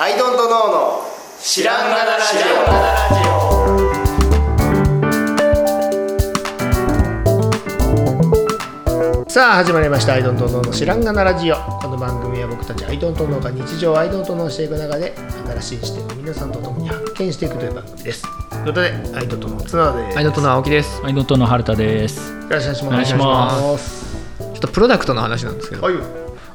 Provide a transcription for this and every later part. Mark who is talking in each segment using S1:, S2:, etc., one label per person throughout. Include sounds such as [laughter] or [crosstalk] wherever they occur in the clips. S1: アイドントノーの知らんがなラジオさあ始まりました「アイドントノーの知らんがなラジオ」この番組は僕たちアイドントノーが日常をアイドントノーしていく中で新しい視点を皆さんと共に発見していくという番組ですということでアイドントノー綱田です
S2: アイドントの青木です。
S3: アイドントの春田です。
S1: よろしくお
S3: お願
S1: 願い
S3: い
S1: し
S3: し
S1: ま
S3: ますす
S2: ちょっとプロダクトの話なんですけど、
S1: はい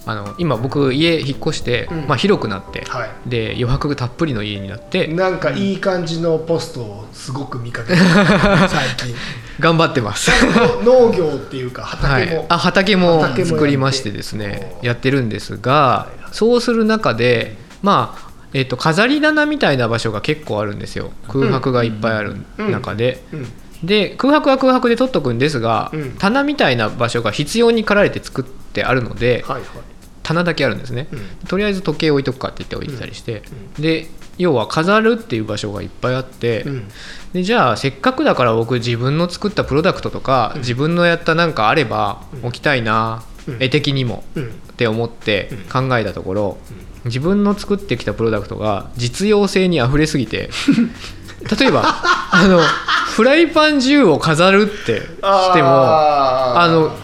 S2: あの今僕家引っ越して、
S1: ん
S2: まあ広くなって、
S1: は
S2: で余白たっぷりの家になって
S1: なんかいい感じのポストをすごく見か
S2: [laughs]
S1: けた最近
S2: 頑張って
S1: [laughs]
S2: ます。
S1: 農業っていうか畑
S2: はい
S1: も、
S2: あ畑も
S1: 畑もやって
S2: 作りましてですね
S1: おー
S2: やってるんですがそうする中でまあえっと飾り棚みたいな場所が結構あるんですよ空白がいっぱいある
S1: うん
S2: 中で、
S1: うん
S2: で空白は空白で取っとくんですが、
S1: うん
S2: 棚みたいな場所が必要に駆られて作ってあるので、
S1: はいはい
S2: 棚だけあるんですね、
S1: う
S2: とりあえず時計置いとくかって言って置いてたりして、で要は飾るっていう場所がいっぱいあって、
S1: うん
S2: でじゃあせっかくだから僕自分の作ったプロダクトとか、自分のやったなんかあれば置きたいな、
S1: うん
S2: 絵的にも、
S1: うん
S2: って思って考えたところ、自分の作ってきたプロダクトが実用性にあふれすぎて [laughs]
S1: [laughs]
S2: 例えばあのフライパン銃を飾るってしても。あの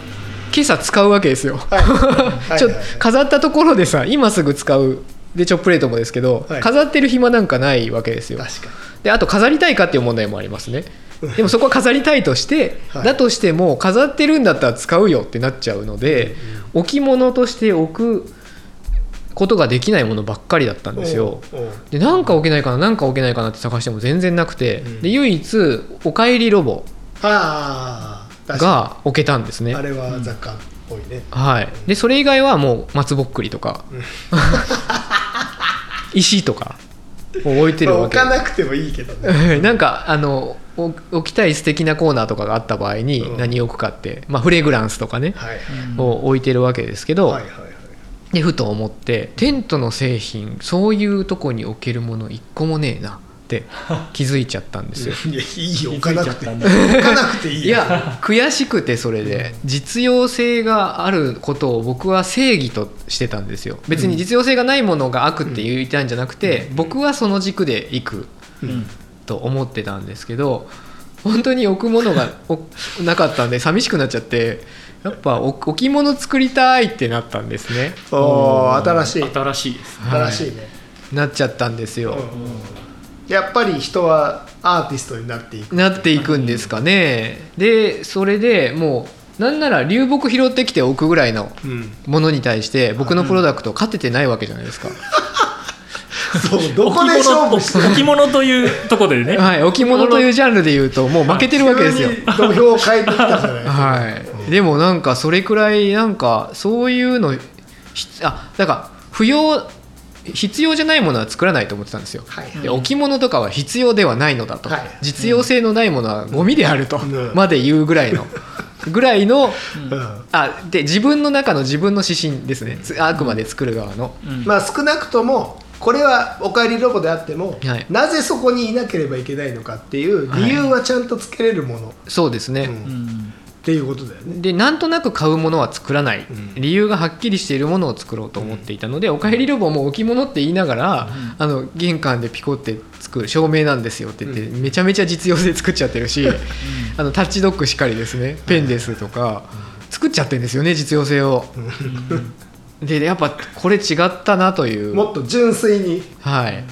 S2: 今朝使うわけですよ、
S1: い
S2: [laughs] ちょ
S1: はいはいはい
S2: 飾ったところでさ今すぐ使うでチョップレートもですけど、
S1: はい
S2: 飾ってる暇なんかないわけですよ
S1: 確か
S2: であと飾りたいかっていう問題もありますねでもそこは飾りたいとして、
S1: はい
S2: だとしても飾ってるんだったら使うよってなっちゃうので、置物として置くことができないものばっかりだったん
S1: に
S2: ですよ
S1: おうおう
S2: でなんか置けないかななんか置けないかなって探しても全然なくて、
S1: ん
S2: で唯一「おかえりロボ
S1: ああ」確か
S2: が置けたんですね
S1: にあれは雑貨っぽいね
S2: はい、でそれ以外はもう松ぼっくりとか [laughs] 石とかを置いて
S1: ま
S2: る
S1: あ
S2: わ
S1: 置
S2: け
S1: かなくてもいいけど
S2: [laughs]
S1: ね
S2: なんかあのお置きたい素敵なコーナーとかがあった場合
S1: うん
S2: に何を置くかって、まあ、フレグランスとかね、
S1: はい
S2: を置いてるわけですけど、
S1: はいはいはい
S2: でふと思ってテントの製品そういうとこに置けるもの一個もねえなって気づいちゃったんですよ。
S1: いやいいよ置かなくて
S3: 気づいちゃったん
S1: 置かなくていい
S2: い
S1: よ
S2: や悔しくてそれで実用性があることを僕は正義としてたんですよ別に実用性がないものが悪って言いたいんじゃなくて僕はその軸でいく
S3: うん。
S2: と思ってたんですけど本当に置くものがおなかったんで寂しくなっちゃってやっぱ置置物作りたいってなったんですね
S1: おー新しい
S3: 新しいです。
S1: 新しいね
S2: なっちゃったんですよ、
S1: うんやっぱり人はアーティストになっていく
S2: なっていくんですかねでそれでもうなんなら流木拾ってきて置くぐらいの
S1: うん
S2: ものに対して僕のプロダクト勝ててないわけじゃないですか、
S1: そうどこで勝負して
S3: 置物というとこでね。
S2: はい、置物というジャンルで言
S1: [laughs]
S2: うともう負けてるわけですよ、
S1: 急に土俵を変えてきたじゃない
S2: はい、でもなんかそれくらいなんかそういうのひあだから不要必要じゃないものは作らないと思ってたんですよ、
S1: はい
S2: で置物とかは必要ではないのだと、
S1: はい
S2: 実用性のないものはゴミであると
S1: ん
S2: まで言うぐら
S1: [laughs]
S2: いのぐらいの
S1: うん
S2: あで自分の中の自分の指針ですねつあくまで作る側の、
S3: うん
S1: まあ少なくともこれは「おかえりロボ」であっても、
S2: はい
S1: なぜそこにいなければいけないのかっていう理由はちゃんとつけれるもの、
S2: そうですね、
S1: うん
S3: う
S1: っ
S3: ん
S1: ていうことだよね。
S2: でなんとなく買うものは作らない、
S1: ん
S2: 理由がはっきりしているものを作ろうと思っていたので「おかえりロボ」も置物って言いながら、あの玄関でピコって作る照明なんですよって言って、
S1: う
S2: めちゃめちゃ実用性作っちゃってるし、あのタッチドッグしかりですねペンですとか、作っちゃってるんですよね実用性を。でやっぱこれ違ったなという。
S1: もっと純粋に
S2: はい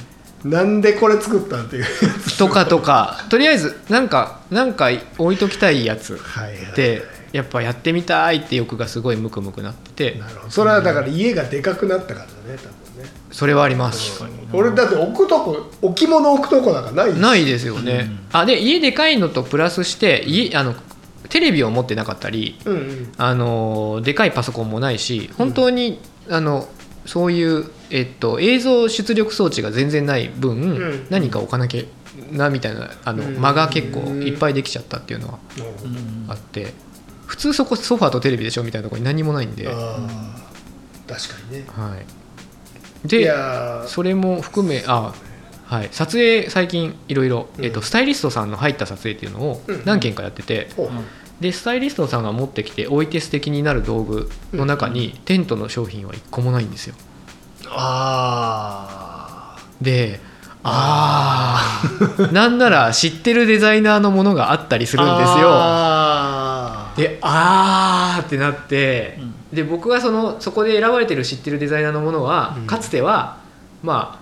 S1: なんでこれ作ったんっていうやつ
S2: とかとかとりあえずなんかなんか置いときたいやつ
S1: はいはい
S2: でやっぱやってみたいって欲がすごいムクムクなってて
S1: なるほどそれはだから家がでかくなったからだね多分ね
S2: それはあります。
S1: 俺だって置くとこ置物置くとこなんかないよ
S2: ないですよね、あで家でかいのとプラスして家あのテレビを持ってなかったり
S1: うんうん
S2: あのでかいパソコンもないし本当に、あのそういう、えっと、映像出力装置が全然ない分、
S1: ん
S2: 何か置かなきゃなみたいなあの、
S1: うん
S2: 間が結構いっぱいできちゃったっていうのは
S1: なるほ
S3: う
S1: ど
S3: ん
S2: あって普通そこソファーとテレビでしょみたいなところに何もないんで、は
S1: あー確かにね
S2: い、
S1: い
S2: で
S1: やー
S2: それも含めあはい撮影最近いろいろ
S1: うん
S2: えっとスタイリストさんの入った撮影っていうのを
S1: うん
S2: 何件かやってて、
S1: ほう
S2: でスタイリストさんが持ってきて置いて素敵になる道具の中にテントの商品は一個もないんですよ
S1: ああ
S2: でああなんなら知ってるデザイナーのものがあったりするんですよ
S1: あー
S2: であーってなって、で僕はそのそこで選ばれてる知ってるデザイナーのものは、
S1: うん
S2: かつてはま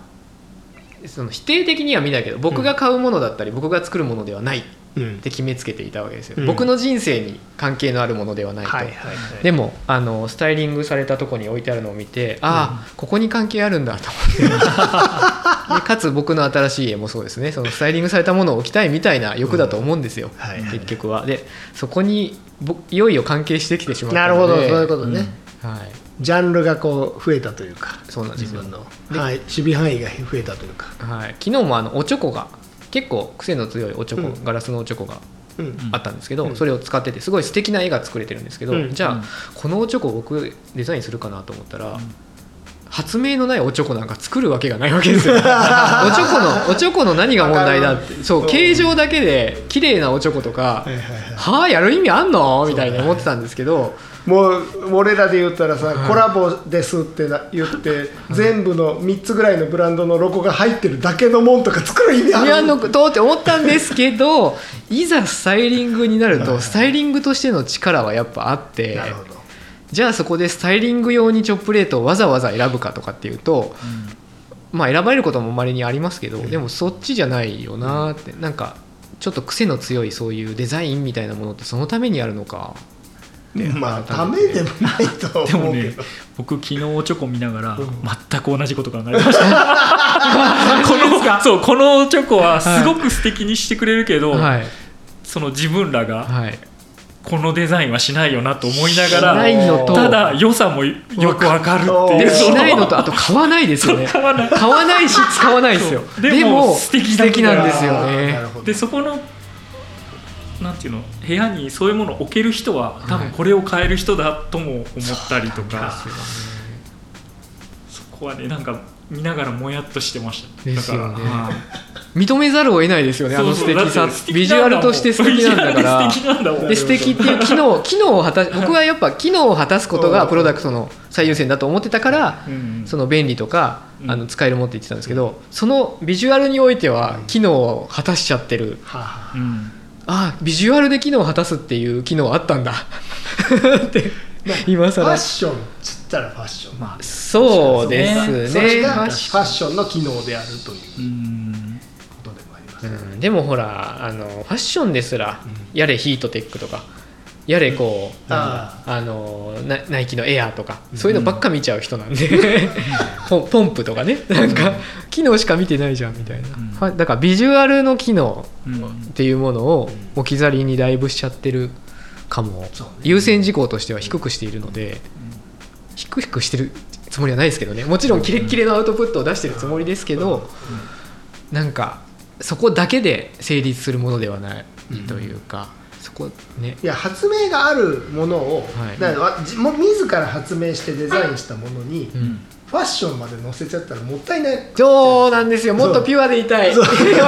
S2: あその否定的には見ないけど僕が買うものだったり、僕が作るものではないっ
S1: うん
S2: て決めつけていたわけですよ、
S1: うん
S2: 僕の人生に関係のあるものではないと、
S1: はいはいはい
S2: でもあのスタイリングされたとこに置いてあるのを見てああ、ここに関係あるんだと [laughs] 思ってでかつ僕の新しい家もそうですねそのスタイリングされたものを置きたいみたいな欲だと思うんですよ、
S1: はいはい
S2: 結局はでそこにぼいよいよ関係してきてしまっ
S1: な
S2: た
S1: るほど
S2: の
S1: そう
S2: で
S1: いうことね、
S2: と、はい、
S1: ジャンルがこう増えたというか
S2: そうなんで
S1: 自
S2: すよ、
S1: 分の、はい、守備範囲が増えたというか、
S2: はい、昨日もあのおちょこが結構癖の強いおちょこ、
S1: うん
S2: ガラスのおちょこが
S1: うん
S2: あったんですけど、
S1: うん
S2: それを使っててすごい素敵な絵が作れてるんですけど、
S1: うん
S2: じゃあ、
S3: うん
S2: このおちょこ僕デザインするかなと思ったら、発明のないおちょこなんか作るわけがないわ
S1: [laughs]
S2: けですよおちょこのおちょこの何が問題だってそううん形状だけで綺麗なおちょことか、
S1: はいはいはい
S2: はあやる意味あんのみたいに思ってたんですけど、
S1: もう俺らで言ったらさ、コラボですってな言って全部の3つぐらいのブランドのロゴが入ってるだけのもんとか作る意味あ
S2: い
S1: る
S2: やのとって思ったんですけどいざスタイリングになるとスタイリングとしての力はやっぱあって
S1: なるほど
S2: じゃあそこでスタイリング用にチョップレートをわざわざ選ぶかとかっていうと、まあ選ばれることもまれにありますけど、でもそっちじゃないよなってなんかちょっと癖の強いそういうデザインみたいなものってそのためにあるのか
S1: まあためでもないと
S3: で
S1: 思
S3: も
S1: うけ
S3: ね
S1: ど、
S3: 僕昨日おちょこ見ながら
S1: うん
S3: 全く同じこと考えてましたこのそうこのおちょこはすごく素敵にしてくれるけど、
S2: はい
S3: その自分らが
S2: はい
S3: このデザインはしないよなと思いなが
S2: な
S3: ら
S2: いのと
S3: ただ良さもよくわかるってい
S2: で
S3: う
S2: もし
S3: そ
S2: ないのとあと買わないです
S3: [laughs]
S2: よね
S3: 買わない
S2: 買わないし使わないですよ
S3: そうで
S2: で
S3: も
S2: も
S3: 素敵だ
S2: 素敵なんですよ
S1: あー
S2: ね
S1: なるほど
S3: でそこのなんていうの部屋にそういうものを置ける人は多分これを変える人だとも思ったりとか、そこはねなんか見ながらもやっとしてました
S2: ですよね
S3: だからはい
S2: 認めざるを得ないですよねあの
S3: そ
S2: 素
S3: うそう
S2: 敵さ
S3: だって素敵なん
S2: ビジュアル
S3: だもん
S2: として素敵なんだから
S3: [laughs] ビジュアルで素敵なんだもん
S2: で素敵っていう機能機能を果たし僕はやっぱ機能を果たすことがプロダクトの最優先だと思ってたから
S3: うんうん
S2: その便利とか
S3: うん
S2: あの使えるもんって言ってたんですけどそのビジュアルにおいては機能を果たしちゃってる
S1: はあはあ
S3: うん
S2: ああビジュアルで機能を果たすっていう機能あったんだ [laughs] って今
S1: ファッ
S2: 更
S1: ションっつったらファッション、
S3: まあ
S2: そうです
S1: それ
S2: ね
S1: がフ
S2: フ
S1: ァ
S2: ァッ
S1: ッ
S2: シ
S1: シ
S2: ョン
S1: ョンの機能であるという
S3: うん
S1: ことでもあります、
S2: うん、でもほらあのファッションですら、
S1: う
S2: やれヒートテックとかやれこう、
S1: あ
S2: あのナナイキのエアーとかそういうのばっか見ちゃう人なんで、 [laughs] ポンポンプとかねなんか機能しか見てないじゃんみたいな、
S3: うん
S2: はだからビジュアルの機能
S3: うん
S2: っていうものを置き去りにだいぶしちゃってるかも、
S1: そうね
S2: 優先事項としては低くしているので、低くしてるつもりはないですけどねもちろんキレッキレのアウトプットを出してるつもりですけど、なんかそこだけで成立するものではないというか、そこね
S1: いや発明があるものを、
S2: はい
S1: だからわじもう自ら発明してデザインしたものに、
S2: う
S1: フ
S2: ん
S1: ァッションまで載せちゃったらもったいない
S2: そうなんですよもっとピュアでいたい [laughs] わ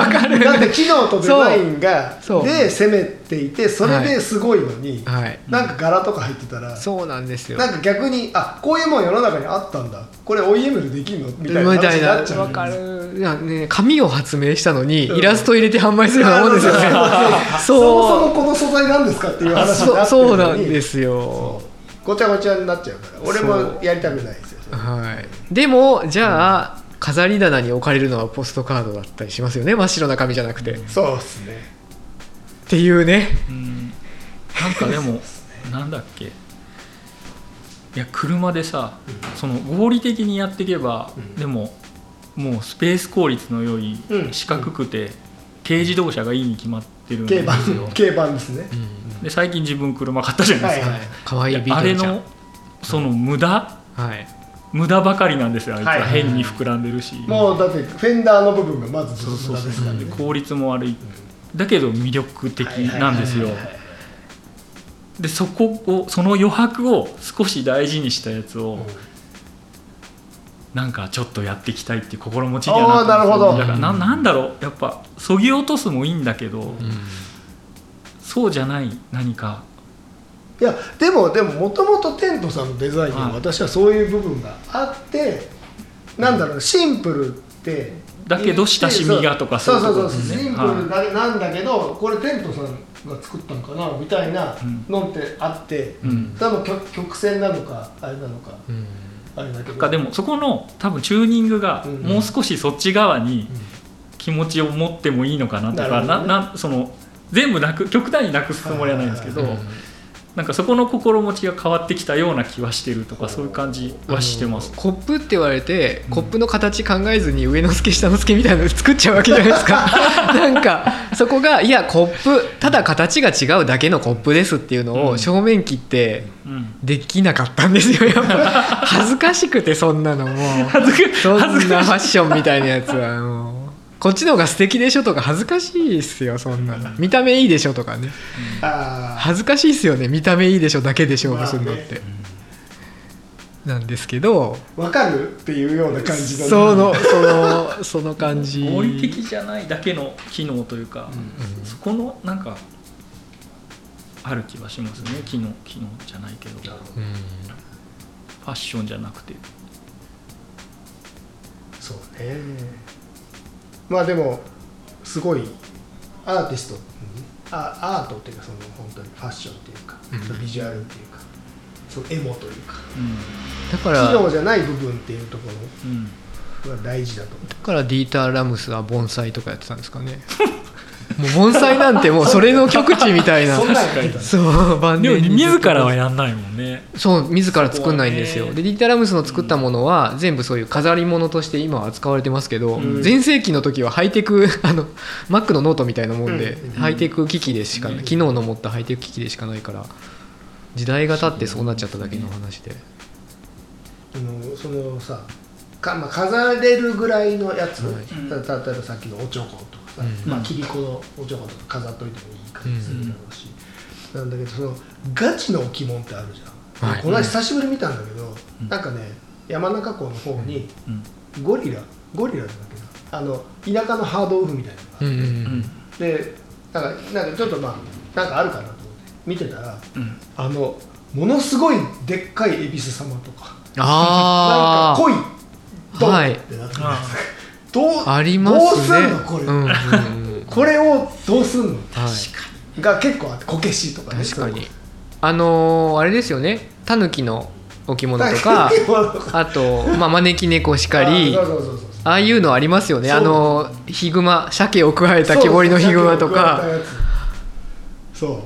S2: かる
S1: だって機能とデザインが
S2: そう
S1: で攻めていてそれですごいのに、
S2: はい
S1: なんか柄とか入ってたら、
S2: そうなんですよ
S1: なんか逆にあこういうもん世の中にあったんだこれ OEM でできるのみ
S2: み
S1: たいな話
S2: たい
S1: に
S2: な
S1: なっちゃう
S2: わかるいやね紙を発明したのに
S1: うん
S2: イラスト入れて販売するようなもんですよね
S1: そ
S2: そう
S1: もそもこの素材なんですかっていう話に
S2: そ
S1: な
S2: う
S1: ってる
S2: そうな
S1: の
S2: ん
S1: に
S2: ですよ
S1: ごちゃごちゃになっちゃうから俺
S2: そ
S1: もやりたくないですよそれ
S2: はいでもじゃあ、飾り棚に置かれるのはポストカードだったりしますよね真っ白な紙じゃなくて、っ
S1: そうっすね
S2: ていうね
S3: うんなんかでもなんだっけいや車でさその合理的にやっていけば、
S1: ん
S3: でももうスペース効率の良い
S1: うん
S3: 四角くて、軽自動車がいいに決まってるん
S1: 軽
S3: で
S1: バ
S3: すよ
S1: ン軽バンですね、
S3: で最近自分車買ったじゃないですか、
S1: はい
S2: 可愛いビー
S3: あ
S2: ト
S3: れ
S2: ルちゃん
S3: のその無駄
S2: はい
S3: 無駄ばかりなんですよあいつ
S1: はい
S3: は変に膨らんでるし、
S1: もうだってフェンダーの部分がまずずっと無駄ですからね
S3: で効率も悪いだけど魅力的なんですよ
S1: はいはいはいはい
S3: でそこをその余白を少し大事にしたやつを、なんかちょっとやっていきたいっていう心持ちにはなったんです
S1: あーなるほど
S3: だからななんだろうやっぱそぎ落とすもいいんだけど、そうじゃない何か
S1: いやでもでももともとテントさんのデザイン
S3: は
S1: はい私はそういう部分があって、なんだろうシンプルって
S3: だけど親しみがとか
S1: そ
S3: そうういう
S1: そうそう
S3: ことですね
S1: シンプルななんだけどこれテントさんが作ったのかなみたいなのってあって、
S3: うん
S1: 多分曲曲線なのかあれなのか
S2: うん
S1: あれだけど
S3: なんかでもそこの多分チューニングが
S1: うん
S3: もう少しそっち側
S1: う
S3: に
S1: ん
S3: 気持ちを持ってもいいのかなとか
S1: なる
S3: な
S1: ほどね
S3: なその全部なく極端になくすつもりはないんですけどなんかそこの心持ちが変わってきたような気はしてるとかそういう感じはしてます
S2: あの。コップって言われてコップの形考えずに上の助下の助みたいなの作っちゃうわけじゃないですかなんかそこがいやコップただ形が違うだけのコップですっていうの
S3: う
S2: を
S3: ん
S2: 正面切って
S3: うん
S2: できなかったんですよ
S3: [laughs]
S2: やっぱ恥ずかしくてそんなのもう
S3: 恥ずか
S2: そんな
S3: 恥ずかし
S2: ファッションみたいなやつはもうこっちの方が素敵でしょとか恥ずかしいっすよそんなの見た目いいでしょとかね
S1: あ
S2: 恥ずかしいっすよね見た目いいでしょだけで勝負するのっ
S1: まあ
S2: て、なんですけど
S1: あわかるっていうような感じだね
S2: そのそのその感じ
S3: 合理的じゃないだけの機能というか、そこのなんかある気はしますね機能機能じゃないけど
S2: う
S3: フ
S2: ん
S3: ァッションじゃなくて
S1: そうねまあでもすごいアーティスト、あアートっていうかその本当にファッションっていうか、
S2: うん
S1: ビジュアルっていうかそのエモというか
S3: う
S2: だか
S1: 機
S2: ら
S1: 能
S2: だ
S1: じゃない部分っていうとこ
S3: んうん
S1: ろが大事だと思う
S2: からディーター・ラムスは盆栽とかやってたんですかねもう盆栽なんてもうそれの極致みたいな
S3: [laughs]
S1: そんなんやってた
S2: そう晩
S3: でも
S2: 年にずっ
S3: 自
S2: と
S3: らはやんないもんね
S2: そう自ら作んないんですよ、
S3: そこは
S2: でディータ・ラムスの作ったものは全部そういう飾り物として今は扱われてますけど
S3: うん
S2: 全盛期の時はハイテク [laughs] あの Mac のノートみたいなもんで、
S1: うん
S2: ハイテク機器でしか、
S3: うん
S2: 機能の持ったハイテク機器でしかないから時代が経ってそうなっちゃっただけの話で、
S1: あのそのさか、まあ、飾れるぐらいのやつ、
S2: はい
S1: た例えばさっきのおちょことかさ、
S2: うん
S1: まあ、キリコのおちょことか飾っといてもいい感じするだろうし、なんだけどそのガチの置物ってあるじゃん、
S2: はい
S1: この間久しぶりに見たんだけど、
S3: うん
S1: なんかね山中湖の方に
S3: うん
S1: ゴリラゴリラだっけなあの田舎のハードオフみたいなのがあって、
S2: うんうんう
S3: うん
S2: ん
S1: でなんかなんかちょっとまあなんかあるかなと思って見てたら
S3: うん
S1: あのものすごいでっかい恵比寿様とか。なん
S2: あ
S1: か濃いドン
S2: はい
S1: ってなってる
S3: あ
S1: どう
S2: あありますね
S1: どうすんのこれ、
S2: うんうんうん
S1: これをどうすんの
S2: はい
S1: が結構あってこけしとかね
S2: 確かにあのーあれですよねタヌキの置物と
S1: [laughs]
S2: か
S1: そうとか
S2: あと、まあ、招き猫しかり
S1: あそうそうそうそう
S2: ああいうのありますよね
S1: そう
S2: あのヒグマ鮭を加えた木彫りのヒグマとか、
S1: そ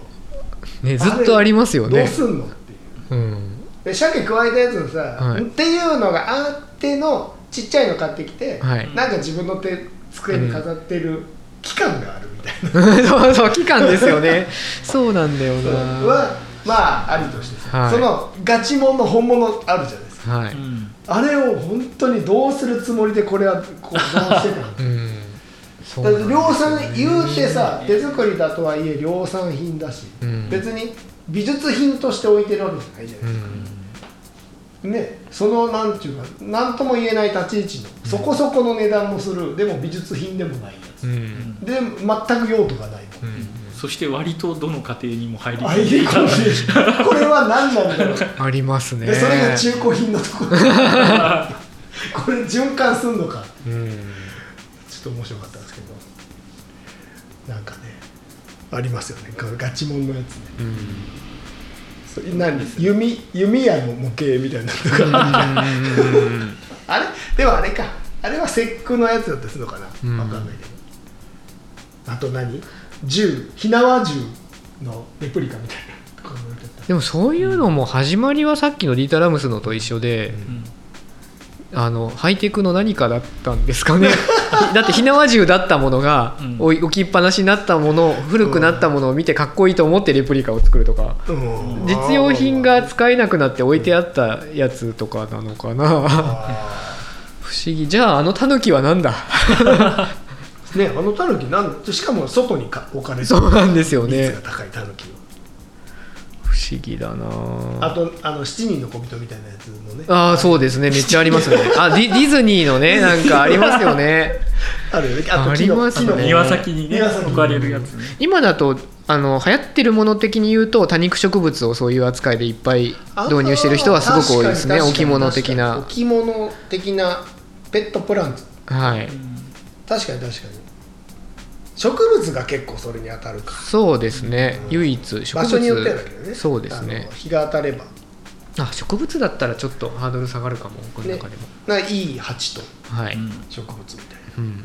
S1: う
S2: ね、ず
S1: 鮭を加えたやつそう
S2: っとありますよ
S1: どう
S2: ね
S1: すんのっていう
S2: うん [laughs]
S1: で鮭加えたやつのさ、
S2: はい
S1: っていうのがあってのちっちゃいの買ってきて、
S2: はい
S1: なんか自分の手机に飾ってる期間があるみたいな
S2: そうそう期間です
S1: [laughs]
S2: よねそうなんだよ
S1: そう
S2: な
S1: はまあありとしてさ、
S2: はい
S1: そのガチモンの本物あるじゃないですか
S2: は
S3: う
S2: い、
S3: ん
S1: あれを本当にどうするつもりでこれはこうどうしてたの
S2: うん、 [laughs] そう
S1: だって
S2: な
S1: 量産言うてさ手作りだとはいえ量産品だし、
S2: うん
S1: 別に美術品として置いてるわけじゃないじゃ
S2: う
S1: ないですか、
S2: ん
S1: ねそのなんていうか何とも言えない立ち位置の、そこそこの値段もするでも美術品でもないやつ、
S2: うん
S1: で全く用途がないもん
S2: うん
S3: そして割とどの家庭にも入り
S1: あ
S3: 込
S1: れ
S3: んでいた
S1: こ
S2: [laughs]
S1: れこれは何なんだろう
S2: ありますね
S1: でそれが中古品のと
S2: [laughs]
S1: ころこれ循環すんのか
S2: うん
S1: ちょっと面白かったんですけどなんかねありますよねこのガチモンのやつね
S2: うん
S1: それ何弓弓矢の模型みたいなのとか、 [laughs] あれでもあれかあれは節句のやつだったりするのかな、
S2: うん
S1: わかんないけどあと何銃火縄銃のレプリカみたいなとかも置いてあった
S2: でもそういうのも始まりはさっきのディータ・ラムスのと一緒で、
S3: うん
S2: あのハイテクの何かだったんですか
S3: [laughs]
S2: ねだって火縄銃だったものが、
S3: うん
S2: 置い置きっぱなしになったもの古くなったものを見てかっこいいと思ってレプリカを作るとか
S1: うん
S2: 実用品が使えなくなって置いてあったやつとかなのか
S3: [laughs]
S2: な
S1: あ
S2: 不思議じゃああのタヌキは何だ
S1: ーねあのタヌキなんしかも外にか置かれてる
S2: そうなんですよ
S1: 率
S2: ね
S1: が高いタヌキを
S2: 不思議だな
S1: あとあの七人の小人みたいなやつもね
S2: ああそうですねめっちゃありますねあディディズニーのねなんかありますよね
S1: あるよねあと
S2: あ
S1: 木の
S2: ります
S1: 木
S2: ね
S1: の
S3: 庭先にね
S1: 庭先に
S3: 置かれるやつね
S2: 今だとあの流行ってるもの的に言うと多肉植物をそういう扱いでいっぱい導入してる人はすごく多いですね
S1: あー確
S2: 置
S1: かに
S2: 物的な
S1: 確かに置物的なペットプランツ
S2: はい
S1: 確かに確かに植物が結構それに当たるか
S2: そうですね、唯一植物
S1: 場所によってはだけどね
S2: そうですね
S1: あの日が当たれば
S2: あ植物だったらちょっとハードル下がるかも僕の中でも、
S1: なんかいい鉢と
S2: はい、
S3: うん
S1: 植物みたいな
S2: うん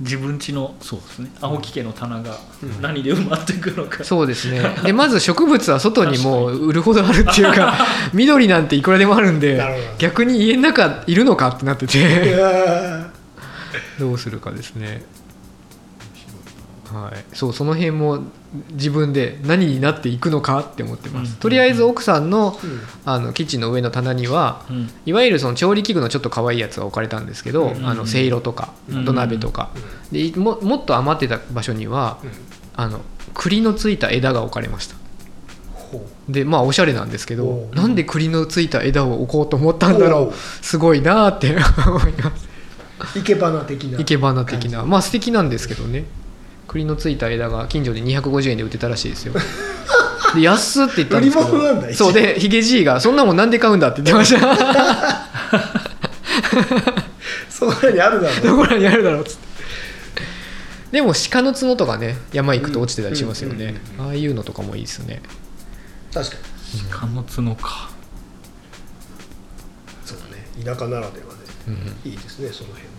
S3: 自分家のそうですね青木家の棚が何で埋まっていくのか、
S2: そうで
S1: [laughs]
S2: すねでまず植物は外にもう売るほどあるってい
S1: [laughs]
S2: うか緑なんていくらでもあるんで
S1: なるほど
S2: 逆に家の中いるのかってなって
S1: い
S2: て [laughs]
S1: や
S2: どうするかですねはい、そうその辺も自分で何になっていくのかって思ってます、
S3: うん
S2: とりあえず奥さんの
S1: ーうん
S2: あのキッチンの上の棚には
S3: うん
S2: いわゆるその調理器具のちょっと可愛いやつが置かれたんですけど、
S3: うん
S2: あのせいろとか
S3: うん
S2: 土鍋とか、でももっと余ってた場所には
S1: うん
S2: あの栗のついた枝が置かれました
S1: ほう
S2: でまあおしゃれなんですけど
S1: おう
S2: なんで栗のついた枝を置こうと思ったんだろ
S1: おう
S2: うすごいなーって思います
S1: 生け花的ない
S2: けばな的なまあ素敵なんですけどね栗のついた枝が近所で250円で売ってたらしいですよで安っって言ったんですけど
S1: 売り物なんだ一応
S2: そうでヒゲじいが「そんなもんなんで買うんだ」って言ってました
S1: [laughs] そこらにあるだろう
S2: どこらにあるだろうっつってでも鹿の角とかね山行くと落ちてたりしますよね、ああいうのとかもいいですよね
S1: 確かに
S3: 鹿の角か
S1: そうだね田舎ならではで
S2: うんうん
S1: いいですねその辺は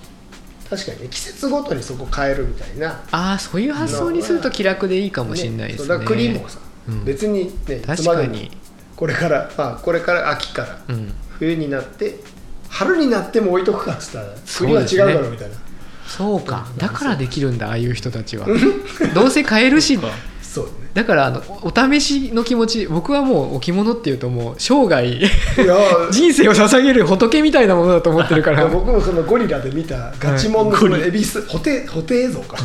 S1: 確かにね季節ごとにそこ変えるみたいな
S2: ああそういう発想にすると気楽でいいか
S1: か
S2: もしれないですね
S1: だから栗もさ、
S2: うん
S1: 別にねいつ
S2: 確
S1: ま
S2: か
S1: でも
S2: に、
S1: これからまあこれから秋から
S2: うん、
S1: 冬になって春になっても置いとくかっつったら
S2: そう
S1: 栗は
S2: で
S1: 違
S2: す
S1: う
S2: ね
S1: だろうみたいな
S2: そうかだからできるんだああいう人たちはどうせ買えるし
S3: か
S1: そう
S2: だからあのおお試しの気持ち僕はもう置物っていうともう生涯
S1: だねいや
S2: [laughs] 人生を捧げる仏みたいなものだと思ってるか
S1: い
S2: ら、
S1: や
S2: はい、
S1: 僕もそのゴリラで見たガチモンの
S3: はい
S1: その
S3: ゴリ
S1: エビスホテホテ映像か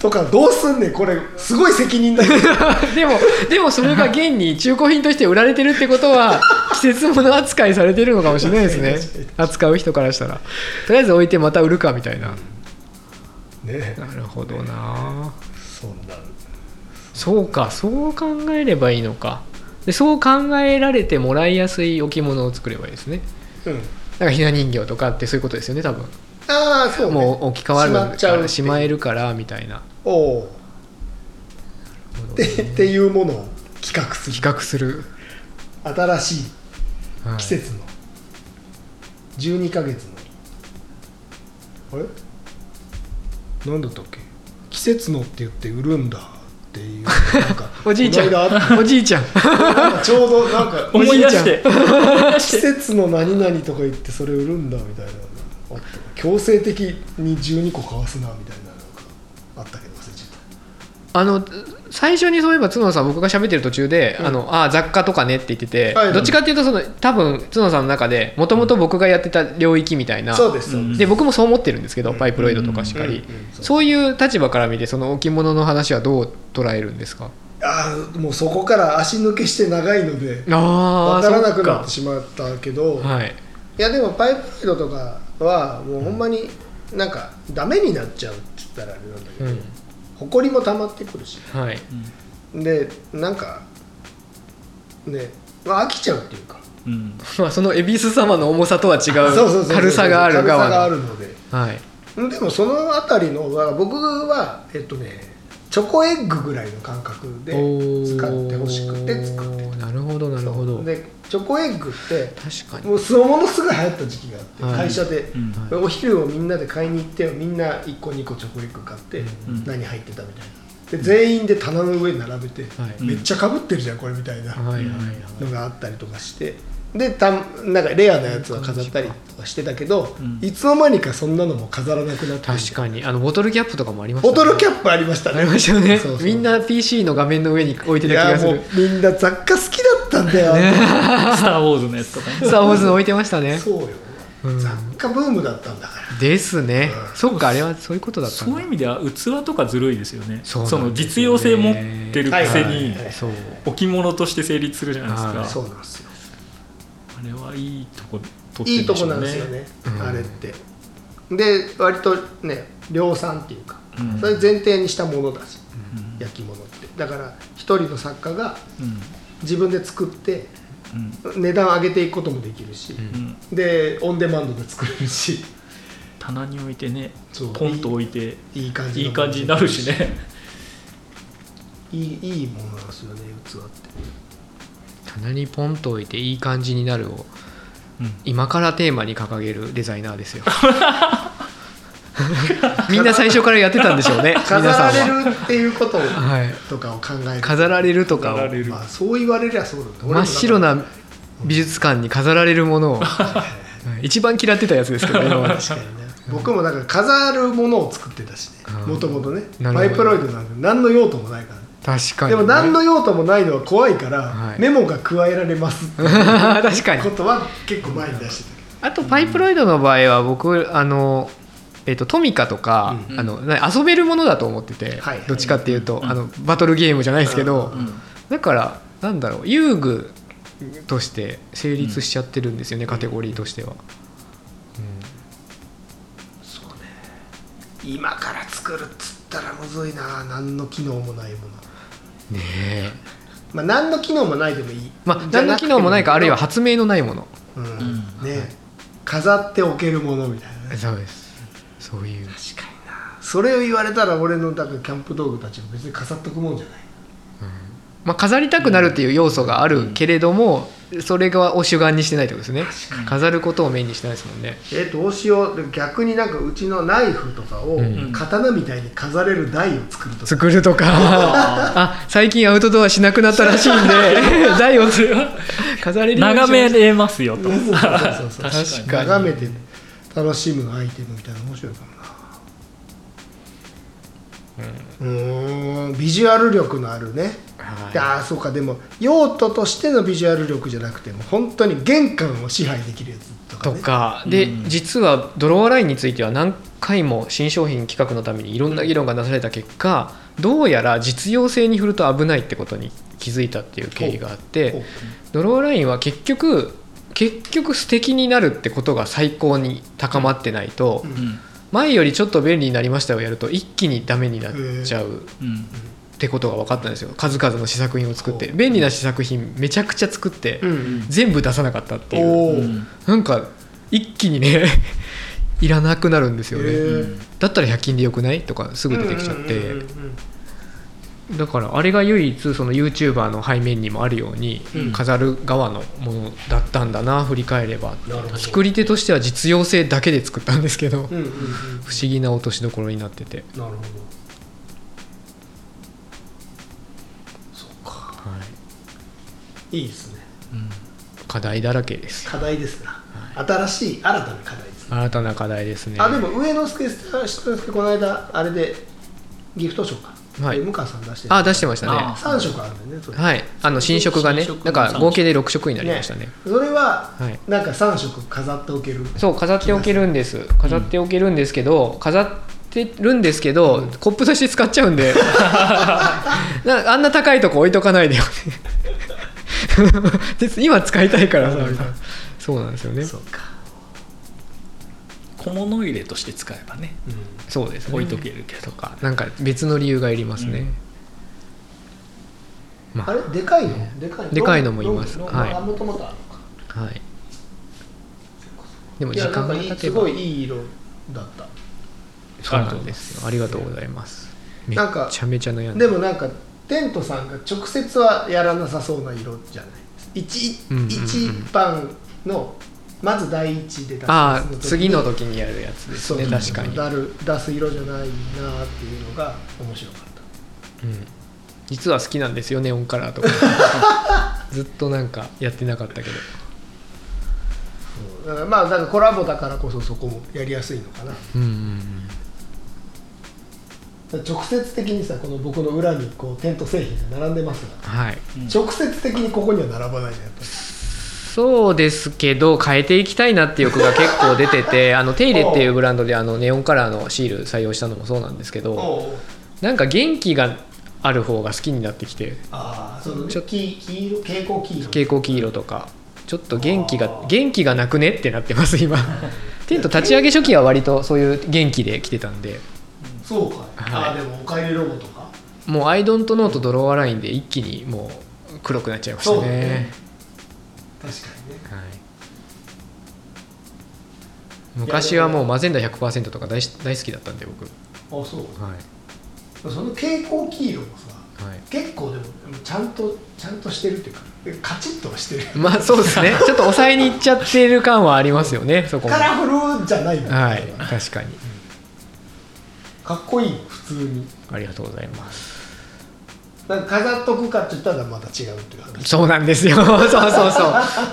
S1: とかどうすんねんこれすごい責任だけど
S2: でもでもそれが現に中古品として売られてるってことは季節物扱いされてるのかもしれないです
S1: [laughs]
S2: ね扱う人からしたらとりあえず置いてまた売るかみたいな
S1: ね
S2: なるほどな
S1: そんな
S2: そうかそう考えればいいのかでそう考えられてもらいやすい置物を作ればいいですね
S1: うん
S2: なんかひな人形とかってそういうことですよね多分
S1: ああそう、ね、
S2: もう置き換わる
S1: しまっちゃ
S2: か
S1: うってい
S2: ら
S1: う
S2: しまえるからみたいな
S1: おうってっていうものを企画する
S2: 比較する、
S1: 新しい
S2: はい
S1: 季節の12ヶ月のあれ何だったっけ季節のって言って売るんだっていうなんか
S2: [laughs] おじいちゃ
S1: この間あっ
S2: んおじいちゃん [laughs]
S1: たなんかちょうどなんか
S3: 思い出して
S1: 季節の何々とか言ってそれ売るんだみたいなのがあった強制的に12個買わすなみたいなのがあったけど忘れちゃっ
S2: あの最初にそういえば角野さん僕が喋ってる途中で、あのあー雑貨とかねって言ってて、
S1: はい
S2: どっちかっていうとその多分角野さんの中でもともと僕がやってた領域みたい
S1: た
S2: な
S1: そうですそうです、
S2: で僕もそう思ってるんですけど、
S1: うん
S2: パイプロイドとかしかり、
S1: うんうんそう
S2: そういう立場から見てその置物の話はどう捉えるんですか
S1: あーもうそこから足抜けして長いので
S2: あ
S1: 分か
S2: あ
S1: らなくなってしまったけど、
S2: はい
S1: いやでもパイプライドとかはもうほんまになんかダメになっちゃうって言ったらあれなんだけ
S2: う
S1: ど、
S2: ん
S1: 埃も溜まってくるし
S2: はい
S1: でなんかね、まあ、飽きちゃうっていうか
S3: うんうん
S2: まあその恵比寿様の重さとは違う軽さがある
S1: 軽さがあ
S2: 側の
S1: るので
S2: はい
S1: でもその辺りのだから僕はえっとねチョコエッグぐらいの感覚で使ってほしくて作って
S2: おーなるほどなるほど
S1: でチョコエッグって
S2: 確かに
S1: もうそのものすごい流行った時期があって、
S2: はい
S1: 会社で、
S3: うん
S2: はい
S1: お昼をみんなで買いに行ってみんな1個2個チョコエッグ買って、
S3: ん
S1: 何入ってたみたいなで全員で棚の上に並べて、
S2: はい
S1: めっちゃかぶってるじゃんこれみたいな
S2: はいはいはい
S1: のがあったりとかしてでたなんかレアなやつは飾ったりとかしてたけど、
S3: うん
S1: いつの間にかそんなのも飾らなくなって
S2: 確かにあのボトルキャップとかもありました
S1: ボ
S2: ね
S1: トルキャップありましたね
S2: ありましたよね
S1: そうそう
S2: みんな PC の画面の上に置いて
S1: い
S2: た気
S1: や
S2: がす
S1: もう
S2: る
S1: みんな雑貨好きだったんだよ、
S3: スター・ウォーズのやつとかね
S2: スター・ウォーズの置いてましたね
S1: そうよ、
S2: うん
S1: 雑貨ブームだったんだから
S2: ですね
S1: うん
S2: そっかあれはそういうことだったん
S3: そう
S2: だ
S3: いう意味では器とかずるいですよね
S2: そうなんですよね
S3: の実用性持ってるくせ
S1: はい
S3: に
S1: はいはい
S2: そう
S3: 置物として成立するじゃないですか、
S2: はい
S1: そうなんですよ
S3: あれはいいとこ取
S1: い
S3: っ
S1: い
S3: てる
S1: と
S3: んで
S1: こ
S3: しょうね
S1: なんですよね、
S2: うん
S1: あれってで割とね量産っていうか、
S3: うん
S1: それ前提にしたものだし、焼き物ってだから一人の作家が自分で作って
S3: うん
S1: 値段上げていくこともできるし、
S2: ん
S3: うんうん
S1: でオンデマンドで作れるし
S3: 棚に置いてね
S1: そう
S3: ポンと置いて
S1: いい感じの
S3: いい感じになるしね
S1: いいいいものなんですよね器っ
S3: [laughs]
S1: て
S2: 棚にポンと置いていい感じになるを
S3: うん
S2: 今からテーマに掲げるデザイナー
S1: [laughs]
S2: ですよみんな最初からやってたんでしょうね
S1: 飾
S2: 皆さ
S1: ら
S2: んは、
S1: れるっていうことを
S2: はい、
S1: とかを考える
S2: 飾られるとか
S3: 飾ら
S2: を
S3: れる
S1: まあ、そう言われりゃそうなんだ俺も
S2: 真っ白
S1: だか
S2: な美術館に飾られるも
S1: [laughs]
S2: のをはい一番嫌ってたやつですけど今まで
S1: ら確かにね僕もなんか飾るものを作ってたしね
S2: うん
S1: もともとね
S2: なるほど
S1: マイプロイドなんて何の用途もないから、
S2: 確かに、
S1: でも何の用途もないのは怖いから、
S2: はい
S1: メモが加えられますってい
S2: [laughs] 確かに
S1: うことは結構前に出してたけど
S2: あとパイプロイドの場合は僕あの、えっとトミカとか、
S3: うん
S2: あのな遊べるものだと思ってて、
S1: はい
S2: どっちかっていうと、
S3: うん
S2: あのバトルゲームじゃないですけど、
S1: う
S3: うん
S2: だからなんだろう遊具として成立しちゃってるんですよね、カテゴリーとしては、
S1: そうね今から作るっつったらむずいな何の機能もないもの
S2: ねえ
S1: まあ何の機能もないでもいい
S2: まあ何の機能もないかあるいは、発明のないもの
S1: うん
S3: ん
S1: ね飾っておけるものみたいなね
S2: そうですそういう
S1: 確かになそれを言われたら俺のだからキャンプ道具たちも別に飾っとくもんじゃない
S2: まあ、飾りたくなるっていう要素があるけれども、それがを主眼にしてないってことですね
S3: に
S2: 飾ることをメインにしてないですもんね
S1: えどうしようでも逆になんかうちのナイフとかを
S2: うん
S1: 刀みたいに飾れる台を作るとか、
S2: 作るとかあ最近アウトドアしなくなったらしい
S1: [laughs]
S2: んで台をつ飾れるようにしま
S3: 眺
S2: す
S3: めれますよと
S1: そうそうそうそう
S3: 確かに
S1: 眺めて楽しむアイテムみたいなの面白いかもなうんんビジュアル力のあるね、
S2: はい
S1: でああそうかでも用途としてのビジュアル力じゃなくても本当に玄関を支配できるやつとか
S2: と
S1: ね
S2: かで、
S3: うん
S2: 実はドローアラインについては何回も新商品企画のためにいろんな議論がなされた結果、どうやら実用性に振ると危ないってことに気づいたっていう経緯があって、
S1: こう
S2: ドローラインは結局結局素敵になるってことが最高に高まってないと、
S1: うん
S3: うん
S2: 前よりちょっと便利になりましたをやると一気にダメになっちゃう
S3: うん
S2: ってことが分かったんですよ数々の試作品を作って
S1: ほ
S2: 便利な試作品めちゃくちゃ作って、
S1: うん
S2: 全部出さなかったっていう
S1: おー
S3: うん
S2: なんか一気にね [laughs] いらなくなるんですよね、
S1: へー
S2: だったら100均でよくないとかすぐ出てきちゃって、
S1: うんうんうんうん
S2: だからあれが唯一その YouTuber の背面にもあるように
S1: うん
S2: 飾る側のものだったんだな振り返れば
S1: なるほど
S2: 作り手としては実用性だけで作ったんですけど
S1: うんうんうん
S2: 不思議な落としどころになってて、
S1: なるほどそうかいいですね
S3: うん
S2: 課題だらけですよ
S1: 課題ですな、新しい新たな課題ですね
S2: 新たな課題ですね
S1: あでも上野介さん下野介この間あれでギフト賞か、
S2: はい
S1: で向川さん出して
S2: あ出してましたね
S3: あ
S1: 3色あるんだよねそれ,、
S2: はいあの新色がね
S3: 新色の
S2: だから合計で6色になり
S1: ね
S2: ましたね
S1: それは
S2: はい
S1: なんか3色飾っておける、
S2: そう飾っておけるんです飾っておけるんですけど、飾ってるんですけど、コップとして使っちゃうんで
S3: [laughs]
S2: なあんな高いとこ置いとかないでよね [laughs] で今使いたいからさみたいなそうなんですよね
S1: そうか、
S3: 小物入れとして使えばね
S1: うん、
S2: そうですね
S3: 置いとけるけど
S2: とかなんか別の理由がいりますね、ま
S1: あれでかいのでかいの
S2: でかいのもいます
S1: ロング
S2: はい
S1: あもともとあるのか
S2: あはいでも
S1: い
S2: 時
S1: や
S2: 間
S1: な
S2: が
S1: んかいい
S2: 経
S1: す
S2: てば
S1: ごいいい色だった
S2: そうなんですよありがとうございますめっ
S1: なんか
S2: ちゃめちゃ悩んで
S1: でもなんかテントさんが直接はやらなさそうな色じゃない一
S2: うんうんうん
S1: 一番のまず第一で出す
S2: ああ
S1: に
S2: 次の時にやるやつです
S1: そう
S2: ね確かに
S1: だる出す色じゃないなっていうのが面白かっ
S2: うん実は好きなんですよネオンカラー [laughs] とかずっとなんかやってなかったけ
S1: た
S2: ど
S1: そうだからまあだからコラボだからこそそこもやりやすいのかなだか
S2: うんうん
S1: ら直接的にさこの僕の裏にこうテント製品が並んでますが
S2: はい
S3: うん
S1: 直接的にここには並ばないじゃんやっぱり
S2: そうですけど変えていきたいなっていう欲が結構出て [laughs] てあの手入れっていうブランドであのネオンカラーのシール採用したのもそうなんですけどなんか元気がある方が好きになってきて
S1: ああその
S2: ちょ
S1: 黄黄色蛍光黄色
S2: 蛍光黄色とかちょっと元気
S1: あ
S2: が
S1: ー
S2: 元気がなくねってなってます [laughs] 今テント立ち上げ初期は割とそういう元気で来てたんで
S1: そうか、
S2: はい
S1: ああでもおかゆロゴとか
S2: もうアイドントノーとドローアラインで一気にもう黒くなっちゃいました
S1: そう
S2: ね
S1: ね確かにね
S2: はい、昔はもうマゼンダ100%とか大し大好きだったんで僕
S1: あそう
S2: は
S1: その蛍光黄色もさ
S2: い、はい、
S1: 結構でもちゃんとちゃんとしてるっていうかカチッとはしてる
S2: まあそうですねちょっと抑えにいっちゃってる感はありますよねそこも
S1: カ
S2: は
S1: ラフルじゃないもん
S2: い確かに
S1: かっこいい普通に
S2: ありがとうございます
S1: なんか飾っとくかって言ったらまた違うっていう話
S2: そうなんですよ [laughs] そうそうそう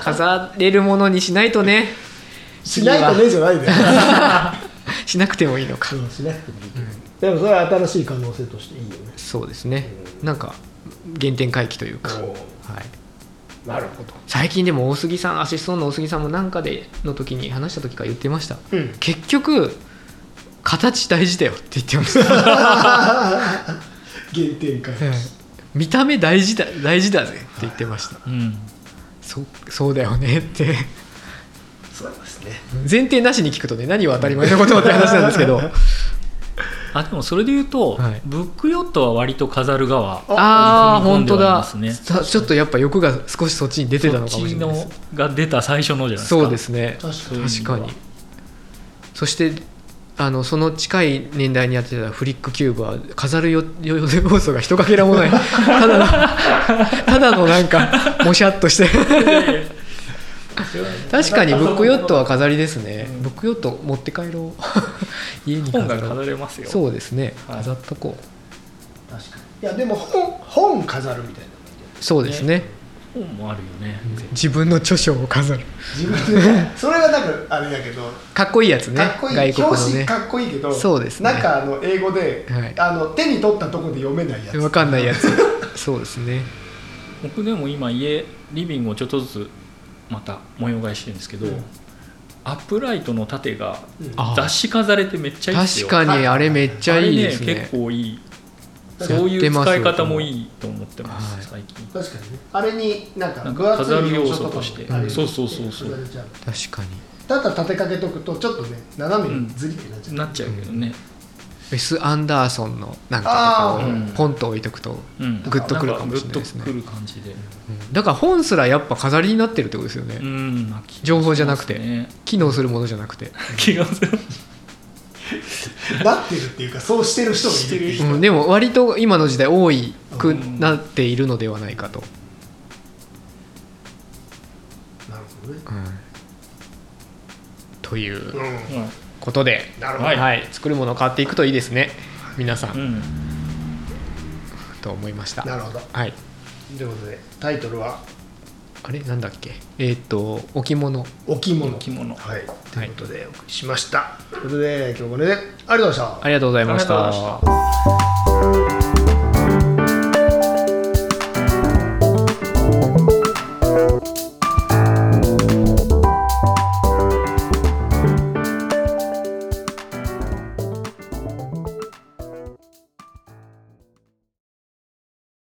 S2: 飾れるものにしないとね
S1: しないとねじゃないで
S2: しなくてもいいのか
S1: [laughs] うんしなくてもいいけど、でもそれは新しい可能性としていいよね
S2: そうですねなんか原点回帰というか、はい、
S1: なるほど
S2: 最近でも大杉さんアシストンの大杉さんもなんかでの時に話した時から言ってました
S1: うん
S2: 結局形大事だよって言ってました、
S1: [laughs] 原点回帰、
S2: 見た目大事だ大事だぜって言ってました
S3: うん
S2: そそうだよねって
S1: そうですね
S2: 前提なしに聞くとね何は当たり前のことって話なんですけど
S3: あでもそれで言うと、
S2: はい
S3: ブックヨットは割と飾る側
S2: ああ
S3: 日本
S2: 本
S3: で
S2: 当
S3: はあり
S2: だ
S3: ますね
S2: さちょっとやっぱ欲が少しそっちに出てたのかもしれないで
S3: そっ
S2: す
S3: ちのが出た最初のじゃないですか
S2: そうですね
S1: 確か
S3: そういう意味
S2: 確
S3: で
S2: か
S3: は
S2: にそしてあのその近い年代にやってたフリックキューブは飾るよよ要素が一かけらもないた
S1: [laughs]
S2: だのただのなんかもしゃっとして
S1: [laughs]
S2: 確かにブックヨットは飾りですね、ブックヨット持って帰ろう [laughs] 家に
S3: 本
S2: 飾ろ
S3: が飾
S2: う
S3: れますよ
S2: そうですね
S3: はい
S2: 飾っとこう
S1: 確かにいやでも本本飾るみたいな
S2: そうですね
S3: 本もあるよね、
S2: 自分の著書を飾る
S1: 自分 [laughs] でそれがなんかあれだけど
S2: かっこいいやつね
S1: かっこいい、
S2: 外国
S1: 表
S2: の
S1: 紙
S2: ね
S1: かっこいいけど
S2: そうですね
S1: なんかあの英語で、
S2: はい
S1: あの手に取ったとこで読めないやつ
S2: わかんないやつ
S1: [laughs]
S2: そうですね
S3: 僕でも今家リビングをちょっとずつまた模様替えしてるんですけど、
S1: うん
S3: アップライトの縦が
S1: うん
S2: あ
S3: 雑誌飾れてめっちゃいいです
S2: 確
S3: よ
S2: かにあれめっちゃいいです
S3: あ
S2: ね
S3: れね結構いい
S1: や
S3: そうい
S2: って
S3: う
S2: ます
S3: 使い方もいいと思ってます
S2: はい
S3: 最近
S1: 確かにねあれになんか
S3: なんか
S1: 分厚い
S3: 飾る
S1: 要
S3: 要
S1: 素
S3: 素
S1: と
S3: と
S1: か
S3: して
S1: もあるよね
S3: そうそうそうそう
S1: 飾れちゃう
S2: 確かに
S1: ただ立てかけとくとちょっとね斜めにずりってなっちゃう、
S3: なっちゃうけどね、
S2: ウェス・アンダーソンのなんか
S1: あ
S2: と
S3: ー
S2: かをポンと置いとくと、
S3: うん
S2: グッとくるかもしれないですね
S3: んかグッとくる感じで
S2: だから本すらやっぱ飾りになってるってことですよね、
S3: うんまあ気がしますね
S2: 情報じゃなくて機能するものじゃなくて、
S3: 気がする
S1: なってるっていうかそうしてる人がいるっていう
S2: うん、でも割と今の時代多いくなっているのではないかと、
S1: なるほどね
S2: うんといううんことで、
S1: なるほど、
S3: はい
S2: はい、作るものを変わっていくといいですね皆さん、
S3: うん、うん
S2: と思いました
S1: なるほど
S2: はい
S1: ということでタイトルは
S2: あれなんだっけえーっ、と置物
S1: 「置物」
S3: 着物
S1: はいということでお送りしました、ということで今日もこれでありがとうございました
S2: ありがとうございまし
S3: ありがとうございました
S2: た